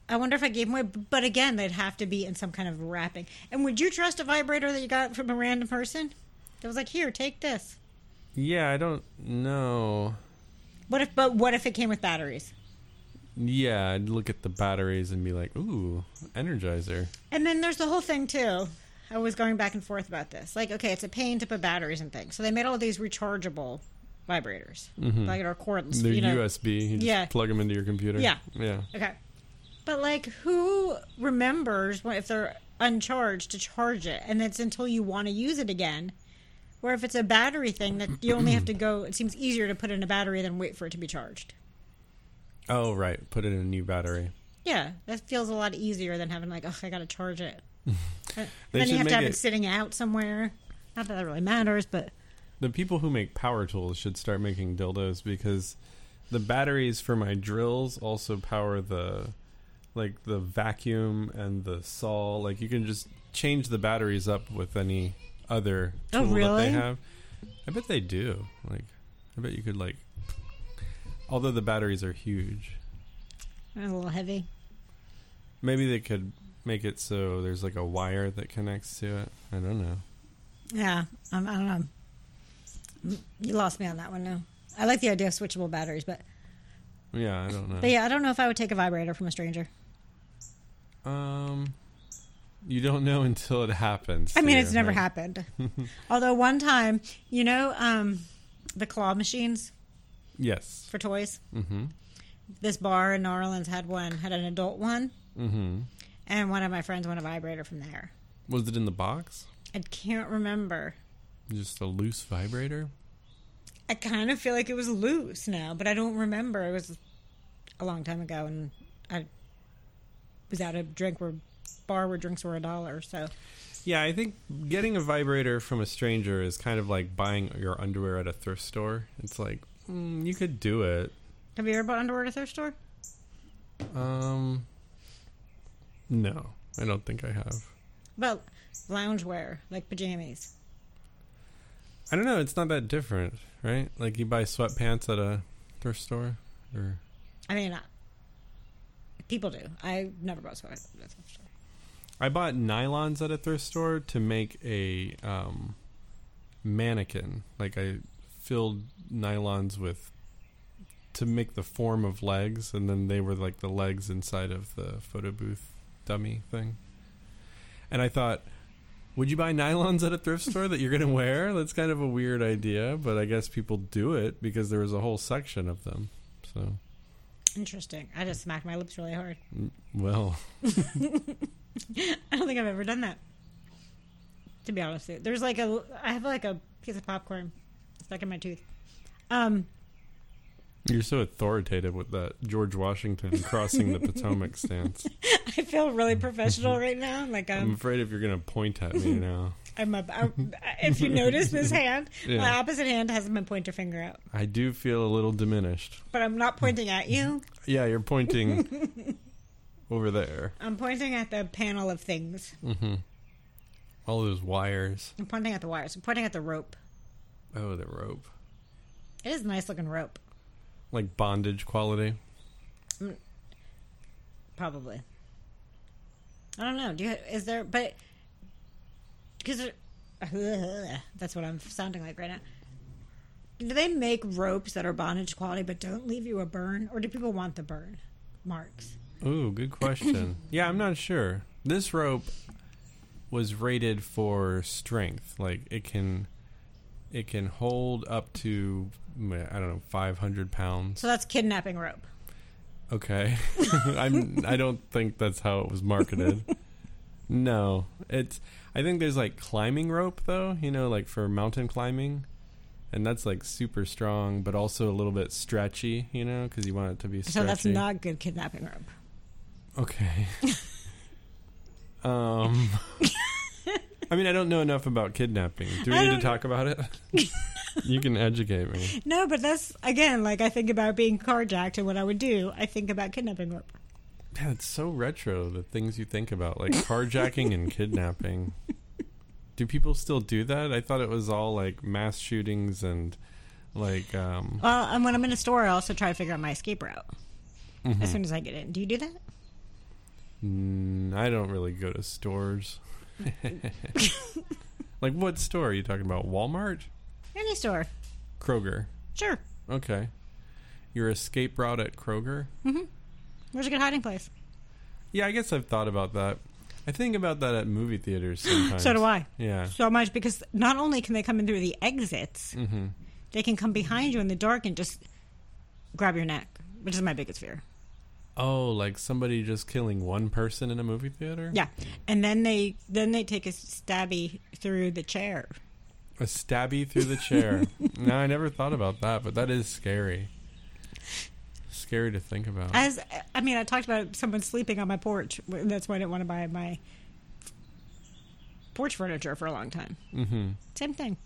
I wonder if I gave them away. But again, they'd have to be in some kind of wrapping. And would you trust a vibrator that you got from a random person? That was like, here, take this.
Yeah, I don't know.
What if? But what if it came with batteries?
Yeah, I'd look at the batteries and be like, "Ooh, Energizer."
And then there's the whole thing too. I was going back and forth about this. Like, okay, it's a pain to put batteries and things. So they made all these rechargeable vibrators, like or cordless.
Mm-hmm. They're
you know.
USB. You just
Yeah.
plug them into your computer.
Yeah.
yeah.
Okay, but like, who remembers when, if they're uncharged to charge it? And that's until you want to use it again, Or if it's a battery thing that you only have to go, it seems easier to put in a battery than wait for it to be charged.
Oh, right. Put in a new battery.
Yeah, that feels a lot easier than having like, oh, I got to charge it. then
They
you
should
have to
make
have it,
it-
sitting out somewhere. Not that that really matters, but
The people who make power tools should start making dildos because the batteries for my drills also power the like the vacuum and the saw. Like you can just change the batteries up with any other
Oh,
tool that
really?
they have. I bet they do. Like I bet you could like although the batteries are huge.
it's a little heavy.
Maybe they could make it so there's like a wire that connects to it. I don't know.
Yeah, um, I don't know. You lost me on that one now. I like the idea of switchable batteries, but
Yeah, I don't know.
but yeah, I don't know if I would take a vibrator from a stranger.
Um, you don't know until it happens.
I
to
mean,
you,
it's never
right?
happened. Although one time, you know, um, the claw machines
Yes.
for toys.
Mm-hmm.
This bar in New Orleans had one, had an adult one,
Mm-hmm.
and one of my friends won a vibrator from there.
Was it in the box?
I can't remember.
Just a loose vibrator?
I kind of feel like it was loose now, but I don't remember. It was a long time ago, and I was at a drink where bar where drinks were a dollar. So
Yeah, I think getting a vibrator from a stranger is kind of like buying your underwear at a thrift store. It's like mm, you could do it.
have you ever bought underwear at a thrift store?
Um, no, I don't think I have.
Well, loungewear like pajamas.
I don't know. It's not that different, right? Like you buy sweatpants at a thrift store, or
I mean, uh, people do. I never bought sweaters at a thrift store.
I bought nylons at a thrift store to make a um, mannequin. Like I filled nylons with to make the form of legs, and then they were like the legs inside of the photo booth dummy thing. And I thought, would you buy nylons at a thrift store that you're going to wear? That's kind of a weird idea, but I guess people do it because there was a whole section of them. So, mm,
Interesting. I just smacked my lips really hard.
well,
I don't think I've ever done that. To be honest, with you. there's like a I have like a piece of popcorn stuck in my tooth. Um,
you're so authoritative with that George Washington crossing the Potomac stance.
I feel
Mm-hmm.
really professional right now. Like
I'm
I'm,
afraid if you're gonna point at me now.
I'm a. I'm, if you notice this hand, my
Mm-hmm. Yeah.
opposite hand has my pointer finger out,
I do feel a little diminished.
but I'm not pointing at you.
Yeah, you're pointing over there.
I'm pointing at the panel of things.
All those wires.
I'm pointing at the wires. I'm pointing at the rope.
Oh, the rope.
It is a nice looking rope,
Like bondage quality.
probably. I don't know. Do you? Is there? But because that's what I'm sounding like right now. Do they make ropes that are bondage quality but don't leave you a burn, or do people want the burn marks?
Ooh, good question. yeah, I'm not sure. This rope was rated for strength. Like it can, it can hold up to I don't know 500 pounds.
So that's kidnapping rope.
Okay. I'm I don't think that's how it was marketed. no. It's I think there's like climbing rope though, you know, like for mountain climbing. And that's like super strong but also a little bit stretchy, you know, cuz you want it to be stretchy.
So that's not good kidnapping rope.
Okay. um I mean, I don't know enough about kidnapping. Do we
I
need to
don't-
talk about it? you can educate me.
No, but that's again like I think about being carjacked and what I would do. I think about kidnapping rope.
Man, it's so retro the things you think about, like carjacking and kidnapping. Do people still do that? I thought it was all like mass shootings and like um
Well, and when I'm in a store, I also try to figure out my escape route
Hmm.
as soon as I get in. Do you do that?
mm, I don't really go to stores. like what store are you talking about? Walmart?
Any store,
Kroger.
sure.
Okay. Your escape route at Kroger?
Where's a good hiding place?
Yeah, I guess I've thought about that. I think about that at movie theaters sometimes.
So do I.
Yeah.
So much because not only can they come in through the exits,
Mm-hmm.
they can come behind you in the dark and just grab your neck, which is my biggest fear.
Oh, like somebody just killing one person in a movie theater?
Yeah, and then they then they take a stabby through the chair.
A stabby through the chair. no, I never thought about that, but that is scary. Scary to think about.
As I mean, I talked about someone sleeping on my porch. That's why I didn't want to buy my porch furniture for a long time.
mm-hmm.
Same thing.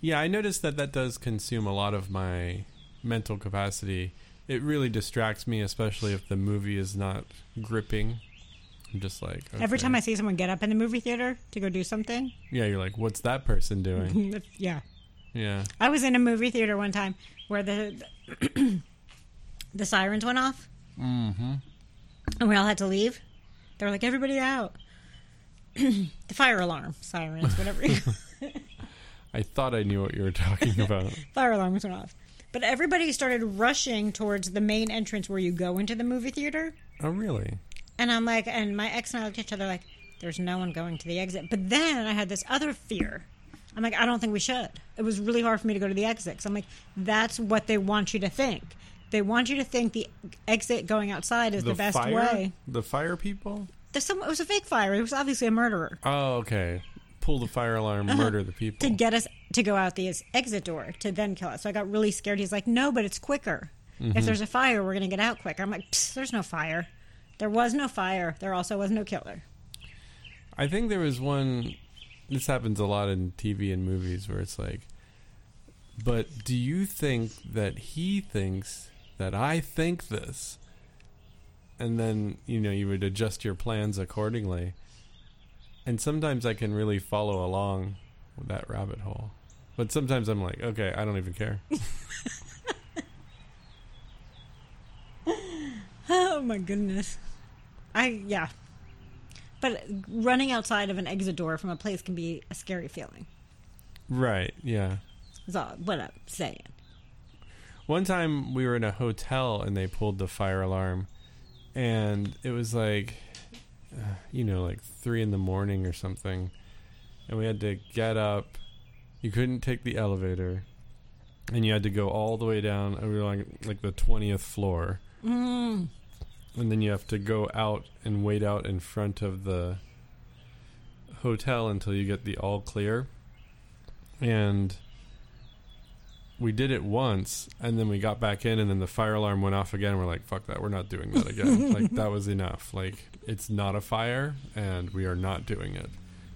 Yeah, I noticed that that does consume a lot of my mental capacity. It really distracts me, especially if the movie is not gripping. I'm just like
Every
okay.
time I see someone get up in the movie theater to go do something,
yeah, you're like, what's that person doing?
yeah.
yeah,
I was in a movie theater one time where the the sirens went off, mm-hmm. and we all had to leave. They were like, "Everybody out!" the fire alarm sirens, whatever.
I thought I knew what you were talking about.
fire alarms went off, but everybody started rushing towards the main entrance where you go into the movie theater.
oh, really?
And I'm like, and my ex and I looked at each other like, there's no one going to the exit. But then I had this other fear. I'm like, I don't think we should. It was really hard for me to go to the exit. So I'm like, that's what they want you to think. They want you to think the exit going outside is the, best
fire?
way.
The fire people?
There's some, it was a fake fire. It was obviously a murderer
Oh, okay. Pull the fire alarm, murder the people.
to get us to go out the exit door to then kill us. So I got really scared. He's like, no, but it's quicker. If there's a fire, we're going to get out quicker. I'm like, "Psst, there's no fire. There was no fire. There also was no killer.
I think there was one. This happens a lot in TV and movies where it's like, but do you think that he thinks that I think this? And then, you know, you would adjust your plans accordingly. And sometimes I can really follow along with that rabbit hole. But sometimes I'm like, okay, I don't even care.
Oh my goodness. I yeah. But running outside of an exit door from a place can be a scary feeling.
right, yeah.
Is all what I'm saying.
One time we were in a hotel and they pulled the fire alarm, and it was like, uh, you know, like three in the morning or something, and we had to get up. You couldn't take the elevator, and you had to go all the way down. And we were like like the twentieth floor,
Mm.
and then you have to go out and wait out in front of the hotel until you get the all clear. And we did it once, and then we got back in, and then the fire alarm went off again. We're like, "Fuck that! We're not doing that again. like that was enough. Like it's not a fire, and we are not doing it."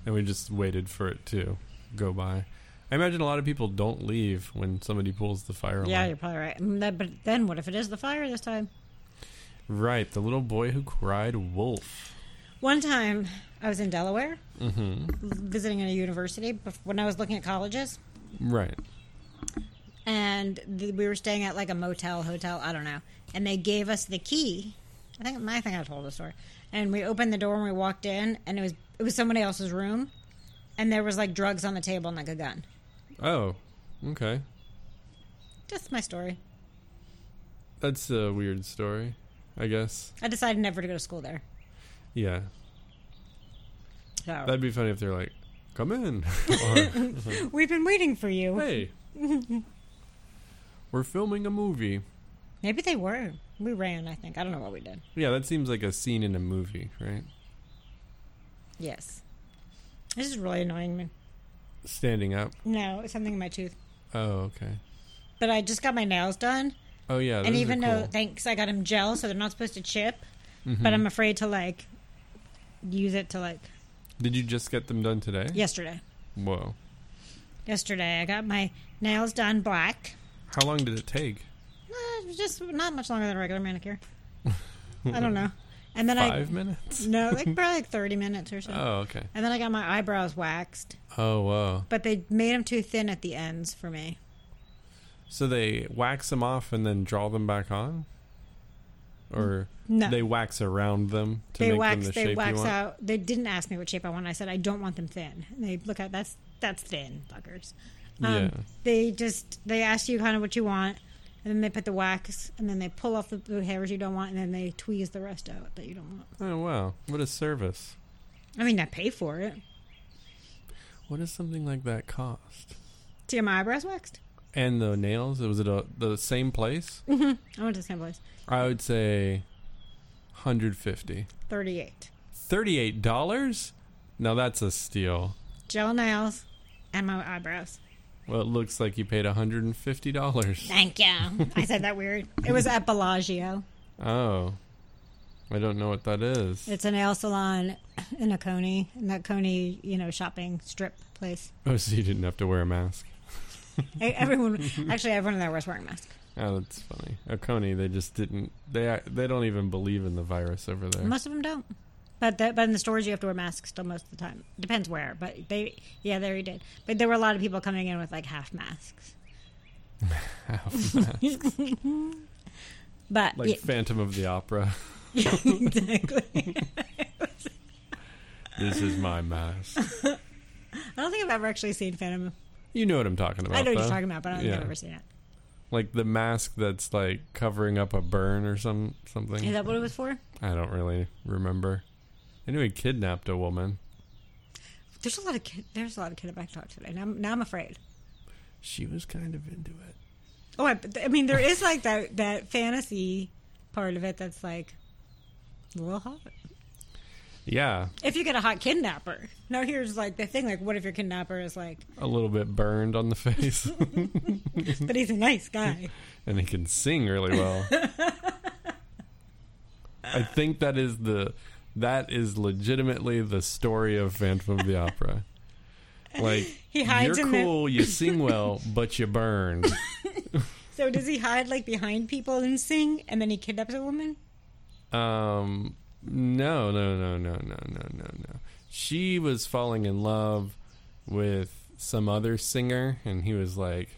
And we just waited for it to go by. I imagine a lot of people don't leave when somebody pulls the fire alarm.
Yeah, you're probably right. Mm, that- But then what if it is the fire this time?
Right, the little boy who cried wolf.
One time I was in Delaware
hmm
visiting at a university bef- when I was looking at colleges
Right.
and th- we were staying at like a motel hotel i don't know and they gave us the key i think i think i told the story and we opened the door and we walked in and it was it was somebody else's room and there was like drugs on the table and like a gun
Oh, okay.
that's my story
That's a weird story, I guess.
i decided never to go to school there
Yeah.
so
That'd be funny if they're like, come in. or,
we've been waiting for you
hey, we're filming a movie.
maybe they were we ran i think i don't know what we did
Yeah, that seems like a scene in a movie, right?
yes this is really annoying me
Standing up.
no it's something in my tooth
Oh, okay.
but i just got my nails done
Oh, yeah.
and
those
even
are
though
cool. Mm-hmm.
thanks i got them gel so they're not supposed to chip but
Hmm.
i'm afraid to like use it to like
Did you just get them done today?
yesterday
Whoa.
yesterday i got my nails done black
How long did it take?
Uh, just not much longer than a regular manicure i don't know and then
Five minutes?
i no like probably like 30 minutes or so
Oh, okay.
and then i got my eyebrows waxed
Oh, whoa.
but they made them too thin at the ends for me
So they wax them off and then draw them back on? Or
no
they wax around them to
they
make
wax
them the
they
shape you
wax
want?
out they didn't ask me what shape i want i said i don't want them thin and they look at that's that's thin fuckers um,
Yeah.
they just they ask you kind of what you want and then they put the wax and then they pull off the, the hairs you don't want and then they tweeze the rest out that you don't want
Oh wow! What a service!
i mean i pay for it
What does something like that cost?
to get my eyebrows waxed
And the nails? Was it a, the same place?
i went to the same place
I would say, hundred fifty.
38
Thirty-eight dollars? Now that's a steal.
gel nails and my eyebrows.
Well, it looks like you paid $150.
Thank you. I said that weird. It was at Bellagio.
Oh. I don't know what that is.
It's a nail salon in a Coney, in that Coney, you know, shopping strip place.
Oh, so you didn't have to wear a mask.
E- Everyone, actually, everyone there was wearing masks.
Oh, that's funny. Oh, Coney, they just didn't. They are- they don't even believe in the virus over there.
Most of them don't. But the, but in the stores, you have to wear masks still most of the time. Depends where, but they yeah, there you did. But there were a lot of people coming in with like half masks. But
like
yeah,
Phantom of the Opera.
exactly.
this is my mask.
I don't think I've ever actually seen Phantom.
You know what I'm talking about.
I know what
though.
you're talking about, but I don't think
Yeah.
I've ever seen it.
Like the mask that's like covering up a burn or some something.
Is that what it was for?
I don't really remember. I knew he kidnapped a woman.
There's a lot of kid. There's a lot of kid back talk today. Now, I'm- now I'm afraid.
She was kind of into it.
Oh, I, I mean, there is like that that fantasy part of it that's like a little hot.
Yeah,
If you get a hot kidnapper. Now here's like the thing. Like, what if your kidnapper is like,
a little bit burned on the face,
but he's a nice guy.
and he can sing really well. I think that is the that is legitimately the story of Phantom of the Opera. Like
He hides
you're
in the-
cool, you sing well, but you burn.
So does he hide like behind people and sing, and then he kidnaps a woman?
Um, no, no, no, no, no, no, no, no. She was falling in love with some other singer, and he was like,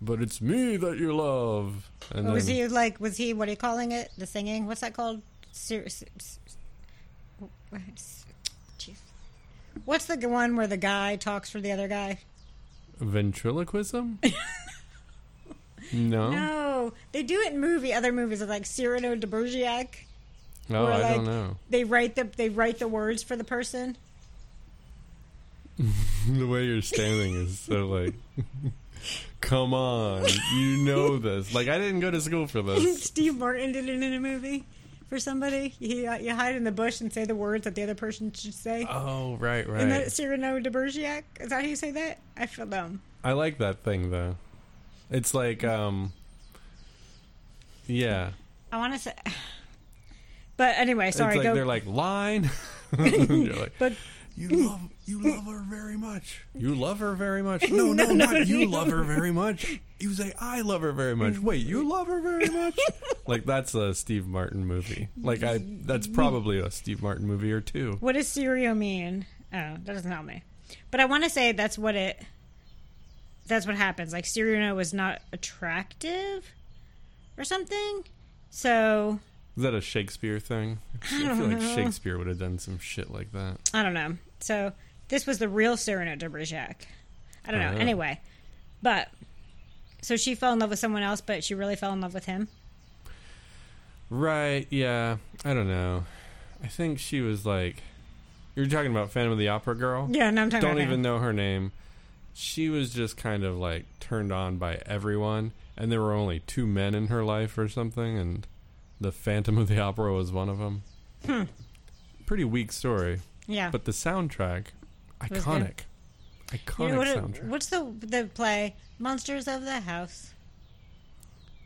"But it's me that you love." And
Or was
then-
Oh, he like, was he what are you calling it? The singing? What's that called? Ser- ser- ser- Jeez. What's the one where the guy talks for the other guy?
ventriloquism? no.
No, they do it in movie other movies of like Cyrano de Bergerac.
Oh,
Or
I
like-
don't know.
They write the they write the words for the person.
the way you're standing is so like. Come on, you know this. Like I didn't go to school for this.
Steve Martin did it in a movie for somebody. He, uh, you hide in the bush and say the words that the other person should say.
Oh, right,
In
right.
the Cyrano de Bergerac, is that how you say that? I feel dumb.
I like that thing though. It's like um yeah.
I want to say, but anyway, sorry.
it's like
go.
they're like line. You're like,
but
you love you love her very much. You love her very much. No, no, not you love her very much. You say I love her very much. Wait, you love her very much? like that's a Steve Martin movie. Like I that's probably a Steve Martin movie or two.
what does Cyrio mean? Oh, that doesn't help me. But I want to say that's what it. That's what happens. Like Cyrano was not attractive, or something. So
Is that a Shakespeare thing? I, feel like Shakespeare would have done some shit like that.
I don't know. So this was the real Cyrano de Bergerac. I don't know.
Oh.
Anyway, but so she fell in love with someone else, but she really fell in love with him.
Right, yeah. I don't know. I think she was like You're talking about Phantom of the Opera girl?
Yeah, no, I'm talking
Don't
about
even
him.
know her name. She was just kind of like turned on by everyone and there were only two men in her life or something and the Phantom of the Opera was one of them. Pretty weak story,
Hmm. Yeah,
but the soundtrack
was good.
iconic. Iconic
You know, what-
soundtrack.
what's the the play? Monsters of the House.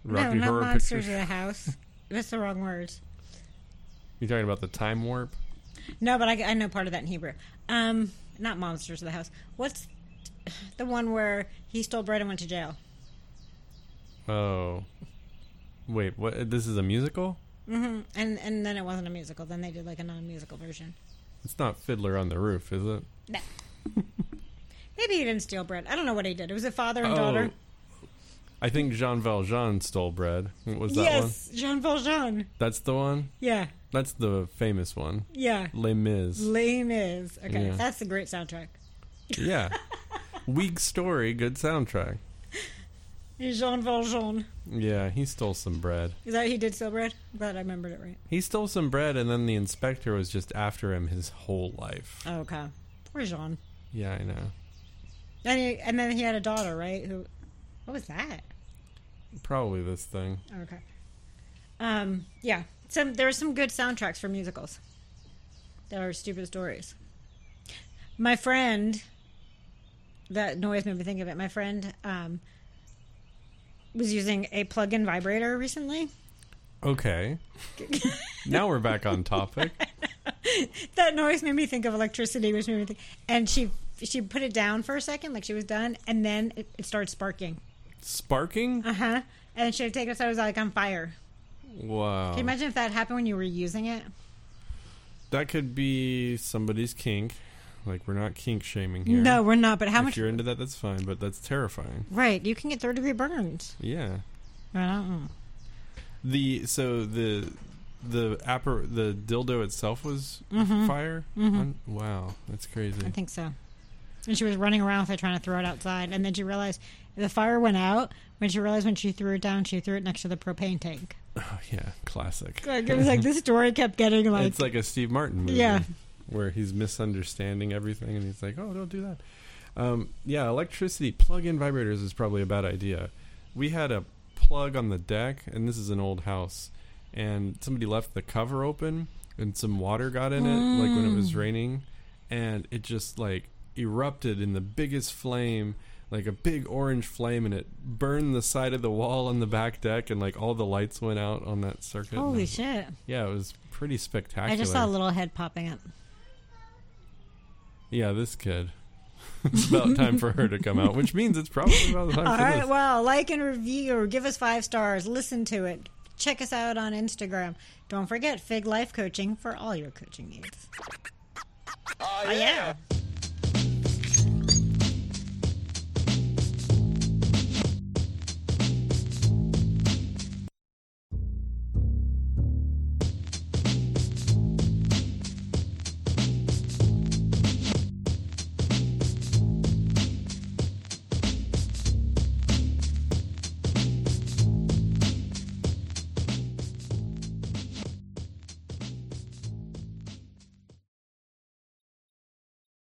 Rocky
no, not
Horror
monsters
Picture.
of the house. That's the wrong words.
You're talking about the time warp?
No, but I, I know part of that in Hebrew. Um, not monsters of the house. What's the one where he stole bread and went to jail?
Oh. Wait, what this is a musical?
hmm And and then it wasn't a musical. Then they did like a non-musical version.
It's not Fiddler on the Roof, is it?
No. Maybe he didn't steal bread. I don't know what he did. It was a father
Oh,
and daughter.
I think Jean Valjean stole bread. What was that one?
Yes, Jean Valjean.
That's the one?
Yeah,
That's the famous one.
yeah.
Les Mis.
Lame is okay.
Yeah.
That's a great soundtrack.
yeah. Weak story, good soundtrack.
Jean Valjean.
Yeah, he stole some bread.
Is that he did steal bread? I'm glad I remembered it right.
He stole some bread, and then the inspector was just after him his whole life.
Oh, okay. Poor Jean.
Yeah, I know.
And, he, and then he had a daughter, right? Who? What was that? Oh,
Probably this thing.
Okay. Um. Yeah. Some there are some good soundtracks for musicals. That are stupid stories. My friend that noise made me think of it. My friend um, was using a plug-in vibrator recently.
Okay. now we're back on topic.
That noise made me think of electricity, which made me think. And she she put it down for a second, like she was done, and then it, it started sparking.
Sparking?
Uh huh. And she would take it, so it was like on fire.
Wow.
Can you imagine if that happened when you were using it?
That could be somebody's kink. Like we're not kink shaming here.
No, we're not. But how
if
much?
you're into that, that's fine. But that's terrifying.
Right, you can get third degree burns.
Yeah.
I don't know.
The so the the appar- the dildo itself was
Mhm.
fire.
Mhm.
Un- wow, that's
I
crazy.
think so. And she was running around with it, trying to throw it outside. And then she realized the fire went out. When she realized when she threw it down, she threw it next to the propane tank.
Oh, yeah, classic.
Like, it was like this story kept getting like,
it's like a Steve Martin movie.
Yeah.
Where he's misunderstanding everything and he's like, oh, don't do that. Um, yeah, electricity, plug in vibrators is probably a bad idea. We had a plug on the deck, and this is an old house, and somebody left the cover open and some water got in it, like when it was
Mm.
raining, and it just like erupted in the biggest flame. Like a big orange flame, and it burned the side of the wall on the back deck, and like all the lights went out on that circuit. and I
holy
was
shit!
yeah, it was pretty spectacular.
I just saw a little head popping up.
yeah, this kid. it's about time for her to come out, which means it's probably about time
All
for
right,
this.
well, like and review, or give us five stars. Listen to it. Check us out on Instagram. Don't forget Fig Life Coaching for all your coaching needs. Oh yeah.